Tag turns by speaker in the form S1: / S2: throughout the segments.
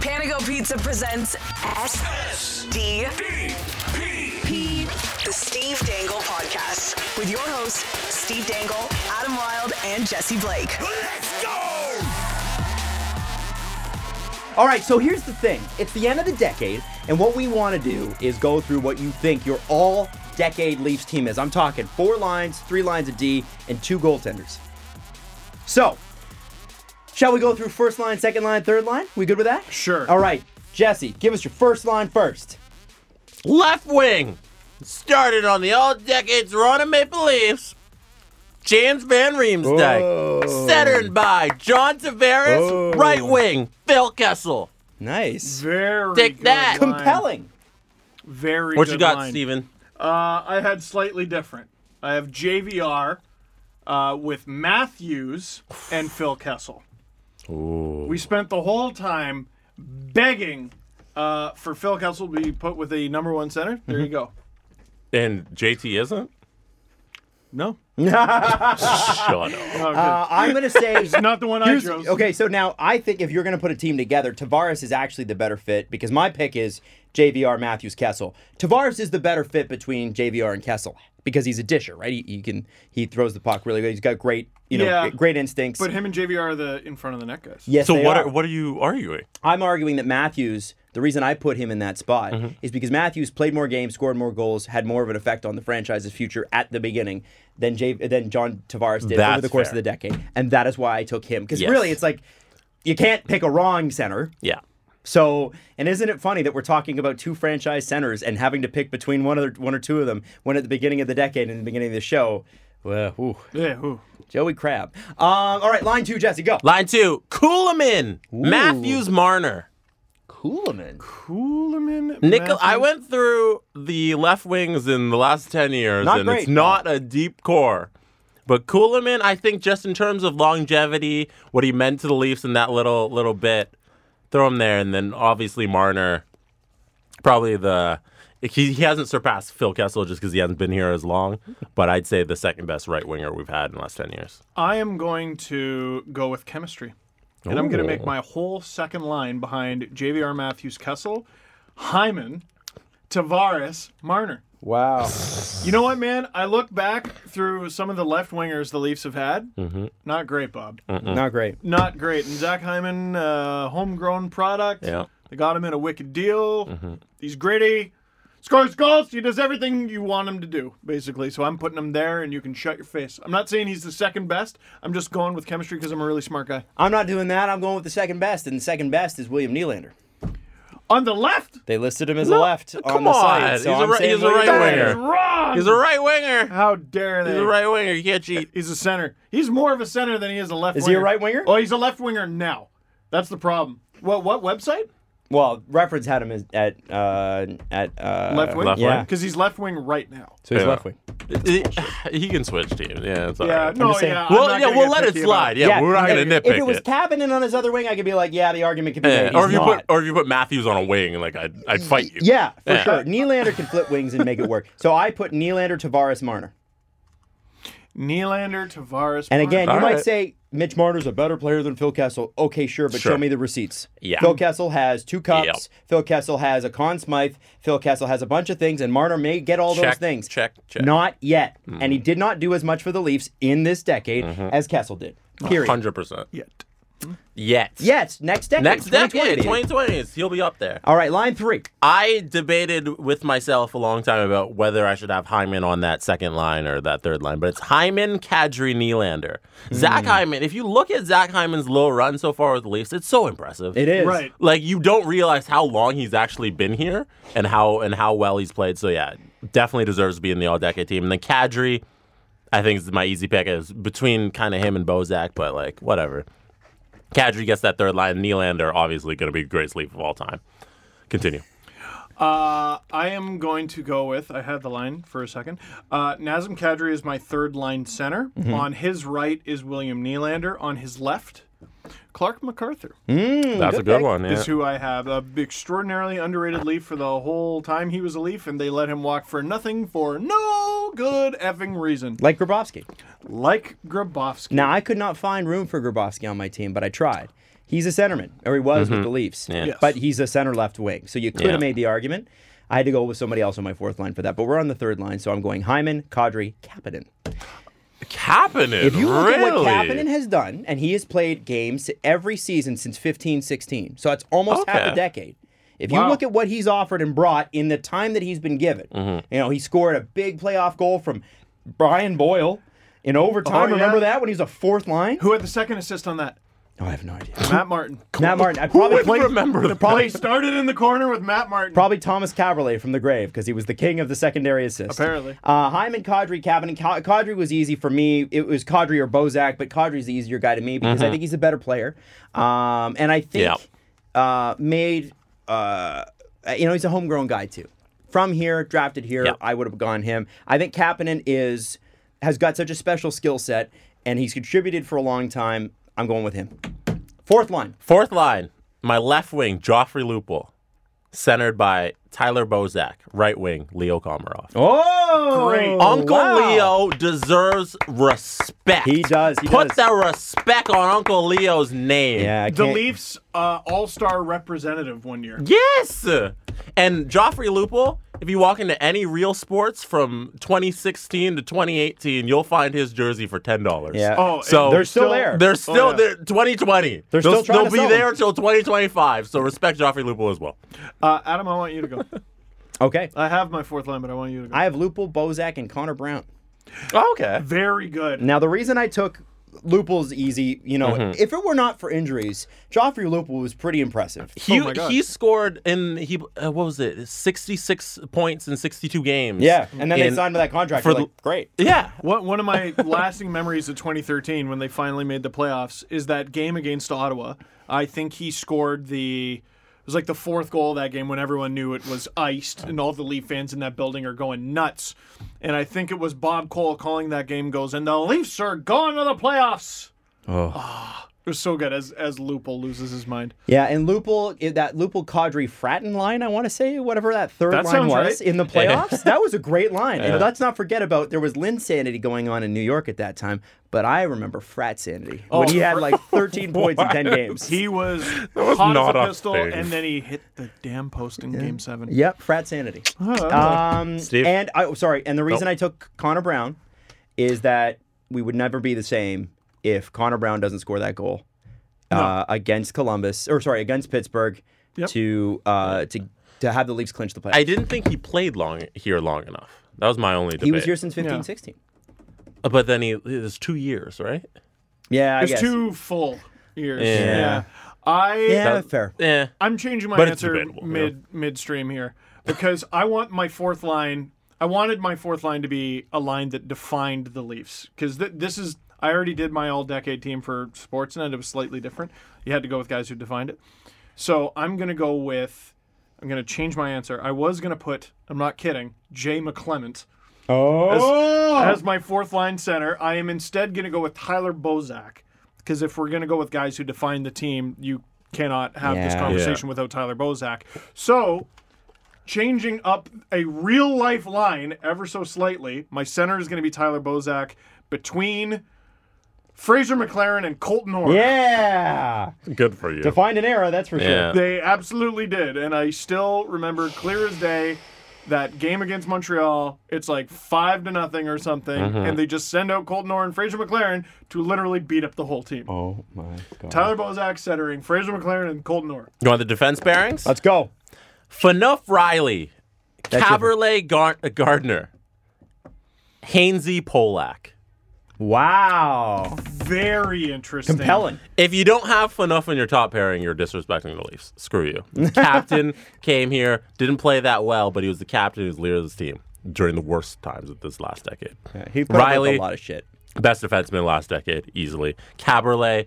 S1: Gotta Go Pizza presents SD P, the Steve Dangle Podcast, with your hosts, Steve Dangle, Adam Wilde, and Jesse Blake.
S2: Let's go!
S3: All right, so here's the thing. It's the end of the decade, and what we want to do is go through what you think your all decade Leafs team is. I'm talking four lines, three lines of D, and two goaltenders. So, shall we go through first line, second line, third line? We good with that?
S4: Sure.
S3: All right, Jesse, give us your first line first.
S4: Left wing started on the all decades Toronto Maple Leafs. James Van
S3: Oh.
S4: Riemsdyk, centered by John Tavares, right wing Phil Kessel.
S3: Nice.
S5: Very
S4: Take
S5: good
S4: that.
S5: line.
S3: Compelling.
S5: Very.
S4: What
S5: good
S4: you got,
S5: line.
S4: Steven?
S5: Uh, I had slightly different. I have JVR uh, with Matthews and Phil Kessel. We spent the whole time begging uh, for Phil Kessel to be put with a number one center. There
S4: Mm-hmm.
S5: you go.
S6: And JT isn't?
S5: No,
S4: Ah.
S6: Shut up.
S3: Uh, I'm going to say.
S5: not the one I
S3: Here's-
S5: chose.
S3: okay, so now I think if you're going to put a team together, Tavares is actually the better fit because my pick is JVR Matthews Kessel. Tavares is the better fit between JVR and Kessel because he's a disher, right? He, he can he throws the puck really good. He's got great you know
S5: Yeah.
S3: great instincts.
S5: But him and JVR are the in front of the net guys.
S3: yes,
S6: So
S3: they
S6: what
S3: are.
S6: are, what are you arguing?
S3: I'm arguing that Matthews. The reason I put him in that spot
S6: Mm-hmm.
S3: is because Matthews played more games, scored more goals, had more of an effect on the franchise's future at the beginning than J- than John Tavares did over
S6: That's
S3: the course
S6: fair.
S3: of the decade, and that is why I took him. Because
S6: Yes.
S3: really, it's like you can't pick a wrong center.
S6: Yeah.
S3: So, and isn't it funny that we're talking about two franchise centers and having to pick between one or one or two of them when at the beginning of the decade and the beginning of the show, well, ooh,
S5: Yeah. Who?
S3: Joey Crab. Um, all right, line two, Jesse, go.
S4: Line two, Kuhlman, Matthews Marner.
S3: Coolman.
S5: Kuhlman.
S4: Nickel, I
S5: Matthews-
S4: went through the left wings in the last 10 years,
S3: Not
S4: and it's
S3: great,
S4: not a deep core. But Kuhlman, I think just in terms of longevity, what he meant to the Leafs in that little little bit, throw him there. And then obviously Marner, probably the. He, he hasn't surpassed Phil Kessel just because he hasn't been here as long, but I'd say the second best right winger we've had in the last 10 years.
S5: I am going to go with chemistry. And I'm going to make my whole second line behind JVR Matthews Kessel, Hyman, Tavares, Marner.
S3: Wow.
S5: You know what, man? I look back through some of the left wingers the Leafs have had. Not great, Bob.
S6: Mm.
S3: Not great.
S5: Not great. And Zach Hyman, uh, homegrown product.
S4: Yeah. Mm-hmm.
S5: They got him in a wicked deal. He's gritty, scores goals. He does everything you want him to do, basically. So I'm putting him there, and you can shut your face. I'm not saying he's the second best. I'm just going with chemistry because I'm a really smart guy.
S3: I'm not doing that. I'm going with the second best, and the second best is William Nylander.
S5: On the left,
S3: They listed him as a left
S4: come
S3: on the
S4: on.
S3: site. So
S4: He's a
S3: I'm
S4: ri-
S3: saying
S4: he's a
S3: William
S4: right
S3: Nylander.
S5: that is
S4: winger.
S5: wrong.
S4: He's a right winger.
S5: How dare they?
S4: He's a right winger. You can't cheat.
S5: He's a center. He's more of a center than he is a left.
S3: Is he
S5: winger.
S3: a right winger?
S5: Oh, he's a left winger now. That's the problem. What what website?
S3: Well, reference had him as, at uh, at uh,
S5: Left wing.
S6: left
S3: yeah. wing.
S5: Because he's left wing right now.
S3: So he's
S6: Yeah.
S3: left wing.
S4: He, he can switch teams. Yeah, it's all
S5: Yeah.
S4: right.
S5: No.
S3: just saying-
S5: Yeah. I'm
S4: Well,
S5: not
S4: yeah,
S5: gonna
S4: we'll
S5: get
S4: let it
S5: picky about
S4: slide. Yeah, we're not going to nitpick
S3: If it was Pavinen on his other wing, I could be like, yeah, the argument could be
S4: Yeah,
S3: made.
S4: or
S3: He's
S4: if you
S3: not.
S4: put or if you put Matthews on a wing, like I'd, I'd fight you.
S3: yeah, for
S4: Yeah.
S3: sure. Nylander can flip wings and make it work. So I put Nylander, Tavares, Marner.
S5: Nylander, Tavares,
S3: And again,
S5: Marner.
S3: you might
S6: right.
S3: say Mitch Marner's a better player than Phil Kessel. Okay, sure, but show
S6: Sure.
S3: me the receipts.
S4: Yeah.
S3: Phil Kessel has two cups. Phil Kessel has a Conn Smythe. Phil Kessel has a bunch of things, and Marner may get all those
S4: Check,
S3: things.
S4: check, check. Hmm.
S3: Not yet. And he did not do as much for the Leafs in this decade as Kessel did. Period.
S4: Mm-hmm. hundred percent.
S5: Yet.
S4: Yet.
S3: Yes, next decade.
S4: Next
S3: 2020,
S4: decade,
S3: baby.
S4: twenty twenties, he'll be up there.
S3: All right, line three.
S4: I debated with myself a long time about whether I should have Hyman on that second line or that third line, but it's Hyman, Kadri, Nylander,
S3: Hmm.
S4: Zach Hyman. If you look at Zach Hyman's little run so far with the Leafs, it's so impressive.
S3: It is.
S5: Right.
S4: Like you don't realize how long he's actually been here and how and how well he's played. So yeah, definitely deserves to be in the all decade team. And then Kadri, I think is my easy pick. Is between kind of him and Bozak, but like whatever. Kadri gets that third line. Nylander obviously going to be the greatest leaf of all time. Continue.
S5: Uh, I am going to go with. I had the line for a second. Uh, Nazem Kadri is my third line center. On his right is William Nylander. On his left, Clark MacArthur
S4: That's a good
S3: Hmm, pick.
S4: one. Yeah.
S5: is who I have. A extraordinarily underrated Leaf for the whole time he was a Leaf, and they let him walk for nothing for no good effing reason.
S3: Like Grabowski.
S5: Like Grabowski.
S3: Now I could not find room for Grabowski on my team, but I tried. He's a centerman, or he was
S5: Mm-hmm.
S3: with the Leafs.
S5: Yes.
S3: But he's a center left wing. So you could
S4: Yeah.
S3: have made the argument. I had to go with somebody else on my fourth line for that. But we're on the third line, so I'm going Hyman, Kadri, Kapanen.
S4: Kapanen.
S3: If you look
S4: really?
S3: at what Kapanen has done, and he has played games every season since 15 16, so that's almost half
S4: Okay.
S3: a decade. If you
S5: Wow.
S3: look at what he's offered and brought in the time that he's been given,
S5: Mm-hmm.
S3: you know, he scored a big playoff goal from Brian Boyle in overtime.
S5: Oh,
S3: Remember
S5: yeah.
S3: that when he was a fourth line?
S5: Who had the second assist on that?
S3: Oh, I have no idea.
S5: Matt Martin.
S3: Matt Martin. I probably
S4: would remember that?
S5: Probably started in the corner with Matt Martin.
S3: Probably Thomas Caberlet from the grave because he was the king of the secondary assist.
S5: Apparently.
S3: Uh, Hyman, Kadri, Kapanen. Ka- Kadri was easy for me. It was Kadri or Bozak, but Kadri's the easier guy to me because I think he's a better player. Um, and I think uh, made, uh, you know, he's a homegrown guy too. From here, drafted here,
S4: Yeah.
S3: I would have gone him. I think Kapanen is has got such a special skill set and he's contributed for a long time. I'm going with him. Fourth line.
S4: Fourth line, my left wing, Joffrey Lupel, centered by Tyler Bozak, right wing, Leo Komarov.
S3: Oh,
S5: Great.
S4: Uncle
S3: wow.
S4: Leo deserves respect.
S3: He does, he
S4: Put
S3: does.
S4: that respect on Uncle Leo's name.
S3: Yeah, I
S5: the
S3: can't-
S5: Leafs uh, All Star representative one year.
S4: Yes. And Joffrey Lupel, if you walk into any real sports from 2016 to 2018, you'll find his jersey for ten dollars.
S3: Yeah.
S5: Oh, and
S4: So-
S3: They're still there.
S4: They're still
S5: yeah.
S4: there. 2020.
S3: They're
S4: They'll-
S3: still trying
S4: They'll
S3: to
S4: be
S3: sell
S4: there
S3: them.
S4: until 2025. So respect Joffrey Lupel as well.
S5: Uh, Adam, I want you to go.
S3: Okay.
S5: I have my fourth line, but I want you to go.
S3: I have Lupul, Bozak, and Connor Brown.
S4: Oh, okay.
S5: Very good.
S3: Now, the reason I took Lupul's easy, you know,
S4: Mm-hmm.
S3: if it were not for injuries, Joffrey Lupul was pretty impressive.
S4: He,
S5: Oh my God.
S4: he scored in he uh, what was it 66 points in 62 games
S3: Yeah, and then they
S4: And
S3: signed him to that contract.
S4: for
S3: You're
S4: the-
S3: like, great.
S4: yeah
S5: What, one of my lasting memories of 2013 when they finally made the playoffs is that game against Ottawa. I think he scored the. It was like the fourth goal of that game when everyone knew it was iced and all the Leaf fans in that building are going nuts. And I think it was Bob Cole calling that game goes, and the Leafs are going to the playoffs.
S3: Oh.
S5: Ah, it was so good as as Lupul loses his mind.
S3: Yeah, and Lupul, i- that Lupul Kadri Fratton line, I want to say, whatever that third
S5: That
S3: line
S5: sounds
S3: was
S5: right.
S3: in the playoffs, that was a great line. And let's not forget about there was Lynn sanity going on in New York at that time, but I remember Frat sanity when he had like 13 points in 10 games.
S5: Oh, He was, hot
S4: not
S5: as
S4: a
S5: a pistol,
S4: thing.
S5: and then he hit the damn post in Game Seven.
S3: Yep, frat sanity.
S5: Oh,
S3: Um,
S4: Steve?
S3: And I, oh, sorry. And the reason I took Connor Brown is that we would never be the same if Connor Brown doesn't score that goal uh, against Columbus, or sorry, against Pittsburgh
S5: Yep.
S3: to uh, to to have the Leafs clinch the playoffs.
S4: I didn't think he played long here long enough that was my only debate
S3: he was here since 15,
S5: Yeah.
S3: 16.
S4: but then he it was 2 years right
S3: Yeah, I
S5: It's
S3: guess.
S5: two full years.
S4: Yeah.
S5: I
S3: yeah, fair.
S4: yeah
S5: I'm changing my
S4: But it's
S5: answer
S4: debatable, you know.
S5: mid midstream here because I want my fourth line. I wanted my fourth line to be a line that defined the Leafs because th- this is. I already did my all decade team for Sportsnet. It was slightly different. You had to go with guys who defined it. So I'm gonna go with. I'm gonna change my answer. I was gonna put. I'm not kidding. Jay McClement
S3: Oh,
S5: as my fourth line center. I am instead going to go with Tyler Bozak because if we're going to go with guys who define the team, you cannot have this
S3: Yeah.
S5: conversation without Tyler Bozak. So, changing up a real life line ever so slightly, my center is going to be Tyler Bozak between Fraser McLaren and Colton Orr.
S3: yeah.
S4: good for you
S3: Find an era, that's for
S4: Yeah.
S3: sure.
S5: They absolutely did. And I still remember clear as day that game against Montreal. It's like five to nothing or something.
S4: Mm-hmm.
S5: And they just send out Colton Orr and Fraser McLaren to literally beat up the whole team.
S3: Oh my god.
S5: Tyler Bozak centering, Fraser McLaren and Colton Orr.
S4: you want the defense bearings
S3: Let's go.
S4: Fanuff Riley
S3: That's your-
S4: Caberlet Gar- uh, Gardner Hainsey Polak
S3: Wow.
S5: Very interesting.
S3: Compelling.
S4: If you don't have Fanuff in your top pairing, you're disrespecting the Leafs. Screw you. Captain came here, didn't play that well, but he was the captain who's leader of this team during the worst times of this last decade.
S3: He put up with
S4: Riley-
S3: a lot of shit.
S4: Best defenseman last decade, easily. Caberlet,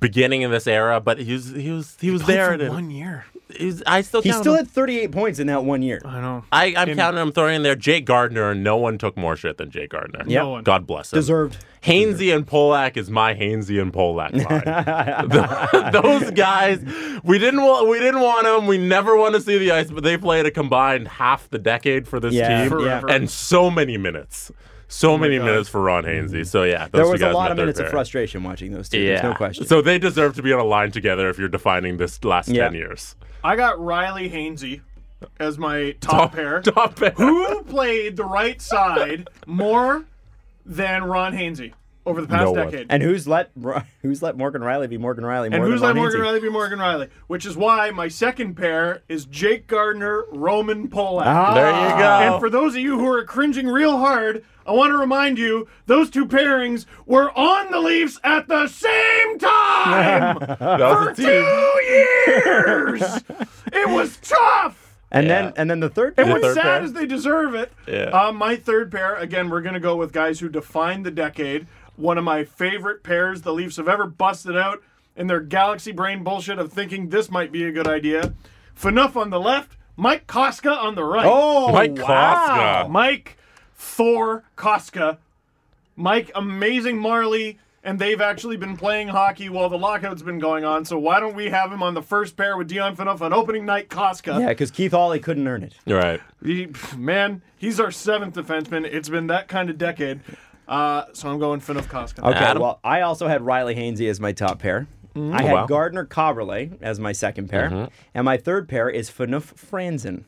S4: beginning of this era, but he was he was he was there.
S5: for
S4: and-
S5: one year.
S4: he was- I still
S3: He
S4: count
S3: still
S4: him.
S3: had 38 points in that one year.
S5: I know.
S4: I, I'm counting him throwing in there Jake Gardner, and no one took more shit than Jake Gardner.
S3: Yep.
S5: one.
S4: God bless him.
S3: Deserved.
S4: Hainsey and Polak is my Hainsey and Polak line. Th- Those guys, we didn't want, we didn't want them. We never want to see the ice, but they played a combined half the decade for this
S3: Yeah,
S4: team,
S3: yeah.
S5: Forever. Oh
S4: and so many minutes, So many minutes for Ron Hainsey. So yeah, those
S3: There
S4: two
S3: was a
S4: guys
S3: lot
S4: met
S3: of
S4: their
S3: minutes of
S4: pair.
S3: frustration watching those two. There's no question.
S4: So they deserve to be on a line together if you're defining this last
S3: Yeah.
S4: 10 years.
S5: I got Riley Hainsey as my top, pair.
S4: Oh, Top pair.
S5: Who played the right side more than Ron Hainsey over the past
S4: No one.
S5: decade?
S3: and who's let who's let Morgan Riley be Morgan Riley?
S5: And
S3: more
S5: who's
S3: than
S5: like
S3: Ron
S5: Morgan
S3: Hainsey?
S5: Riley be Morgan Riley? Which is why my second pair is Jake Gardner, Roman Polak.
S3: Ah.
S4: There you go.
S5: And for those of you who are cringing real hard, I want to remind you those two pairings were on the Leafs at the same time
S4: that
S5: for
S4: was a
S5: two
S4: team.
S5: years. it was tough.
S3: And
S4: Yeah.
S3: then and then the third.
S5: And
S3: pair-
S5: what's
S4: third
S5: sad
S4: pair?
S5: is they deserve it.
S4: Yeah.
S5: Uh, my third pair, again, we're going to go with guys who defined the decade. One of my favorite pairs the Leafs have ever busted out in their galaxy brain bullshit of thinking this might be a good idea. Fanuff on the left, Mike Koska on the right.
S3: oh,
S4: Mike
S3: wow.
S4: Koska.
S5: Mike Thor Koska, Mike Amazing Marley, and they've actually been playing hockey while the lockout's been going on. So why don't we have him on the first pair with Dion Phaneuf on opening night
S3: Yeah,
S5: Koska?
S3: because Keith Hawley couldn't earn it.
S4: You're right.
S5: He- man, he's our seventh defenseman. It's been that kind of decade. Uh, so I'm going Phaneuf Koska.
S3: Okay,
S4: Adam?
S3: well, I also had Riley Hainsey as my top pair. I had
S4: wow.
S3: Gardner Coverley as my second pair. And my third pair is Fanuf Franzen.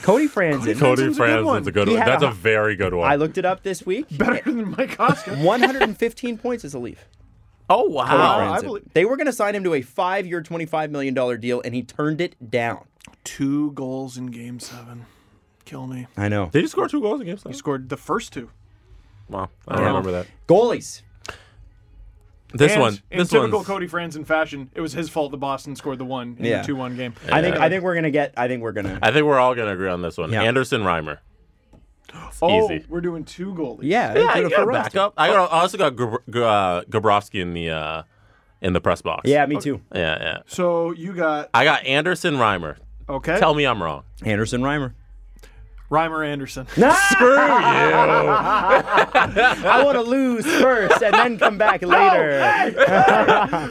S3: Cody Franzen.
S4: Cody
S5: Franzen's a good
S4: Franzen's
S5: one.
S4: a good
S3: He
S4: one.
S3: had
S4: That's
S3: a-
S4: a very good one.
S3: I looked it up this week.
S5: Better than Mike Koska.
S3: 115 points as a Leaf.
S4: oh,
S3: Cody
S5: Wow. I
S3: Franzen.
S5: believe-
S3: They were going to sign him to a five year, $25 million deal, and he turned it down.
S5: Two goals in game seven. Kill me.
S3: I know.
S4: Did he score two goals against us?
S5: Scored the first two.
S4: Wow. I don't remember that.
S3: Goalies.
S4: This
S5: And
S4: one.
S5: In
S4: This
S5: typical
S4: one.
S5: Cody Franzen fashion, it was his fault that Boston scored the one in
S3: Yeah.
S5: the 2 1 game.
S3: I think I think we're going to get, I think we're going to.
S4: I think we're all going to agree on this one.
S3: Yeah.
S4: Anderson Reimer.
S5: Oh,
S4: Easy.
S5: we're doing two goalies.
S3: Yeah,
S4: I
S3: good for
S4: got
S3: Rusty.
S4: backup. I, got, I also got Gr- Gr- uh, Gabrowski in the uh, in the press box.
S3: Yeah, me too.
S4: yeah, yeah.
S5: So you got
S4: I got Anderson Reimer.
S5: okay.
S4: Tell me I'm wrong.
S3: Anderson Reimer.
S5: Reimer Anderson.
S4: Screw you.
S3: I want to lose first and then come back later.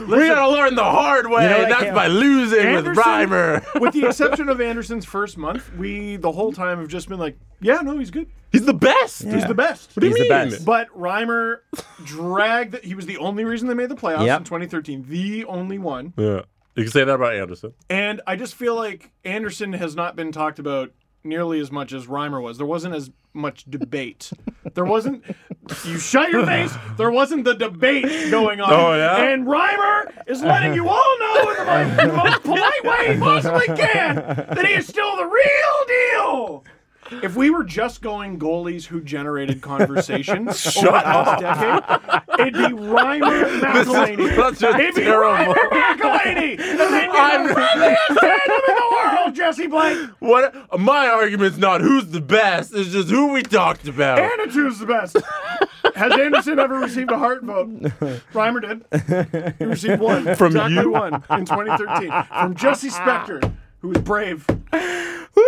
S4: We gotta learn the hard way.
S3: You know what I
S4: That's
S3: can't-
S4: by losing with
S5: Anderson-
S4: Reimer.
S5: With the exception of Anderson's first month, we the whole time have just been like, yeah, no, he's good.
S4: He's the best.
S5: He's the best.
S4: What do you
S3: He's the
S4: mean?
S3: best.
S5: But Reimer dragged. He was the only reason they made the playoffs
S3: Yep.
S5: in 2013. The only one.
S4: Yeah. You can say that about Anderson.
S5: And I just feel like Anderson has not been talked about nearly as much as Reimer was. There wasn't as much debate. There wasn't. You shut your face. There wasn't the debate going on.
S4: Oh, yeah?
S5: And Reimer is letting you all know in the most, the most polite way he possibly can that he is still the real deal. If we were just going goalies who generated conversation over the past decade, it'd be Reimer McElhaney.
S4: that's just
S5: it'd be
S4: terrible.
S5: Reimer McElhaney. And then you
S4: I'm-
S5: in the world, Jesse Blake.
S4: What? My argument's not who's the best. It's just who we talked about.
S5: Annatu's the best. Has Anderson ever received a heart vote? Reimer did. He received one.
S4: From
S5: exactly
S4: you?
S5: one in 2013 from Jesse Spector, who was brave. Hmm.
S3: Woo!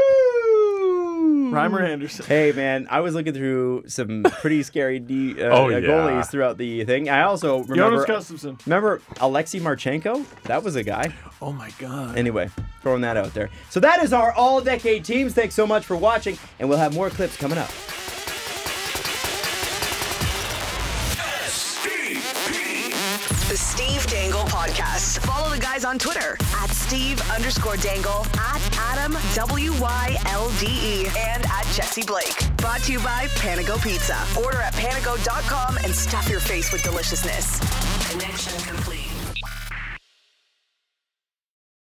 S5: Reimer Anderson.
S3: Hey man, I was looking through some pretty scary de- uh,
S4: Oh,
S3: uh,
S4: yeah.
S3: goalies throughout the thing. I also remember
S5: Jonas Gustafsson.
S3: remember Alexei Marchenko. That was a guy.
S5: Oh my God.
S3: Anyway, throwing that out there. So that is our all-decade teams. Thanks so much for watching, and we'll have more clips coming up.
S1: The Steve Dangle Podcast. Follow the guys on Twitter at Steve underscore Dangle, at Adam W Y L D E, and at Jesse Blake. Brought to you by Panago Pizza. Order at panago.com and stuff your face with deliciousness. Connection complete.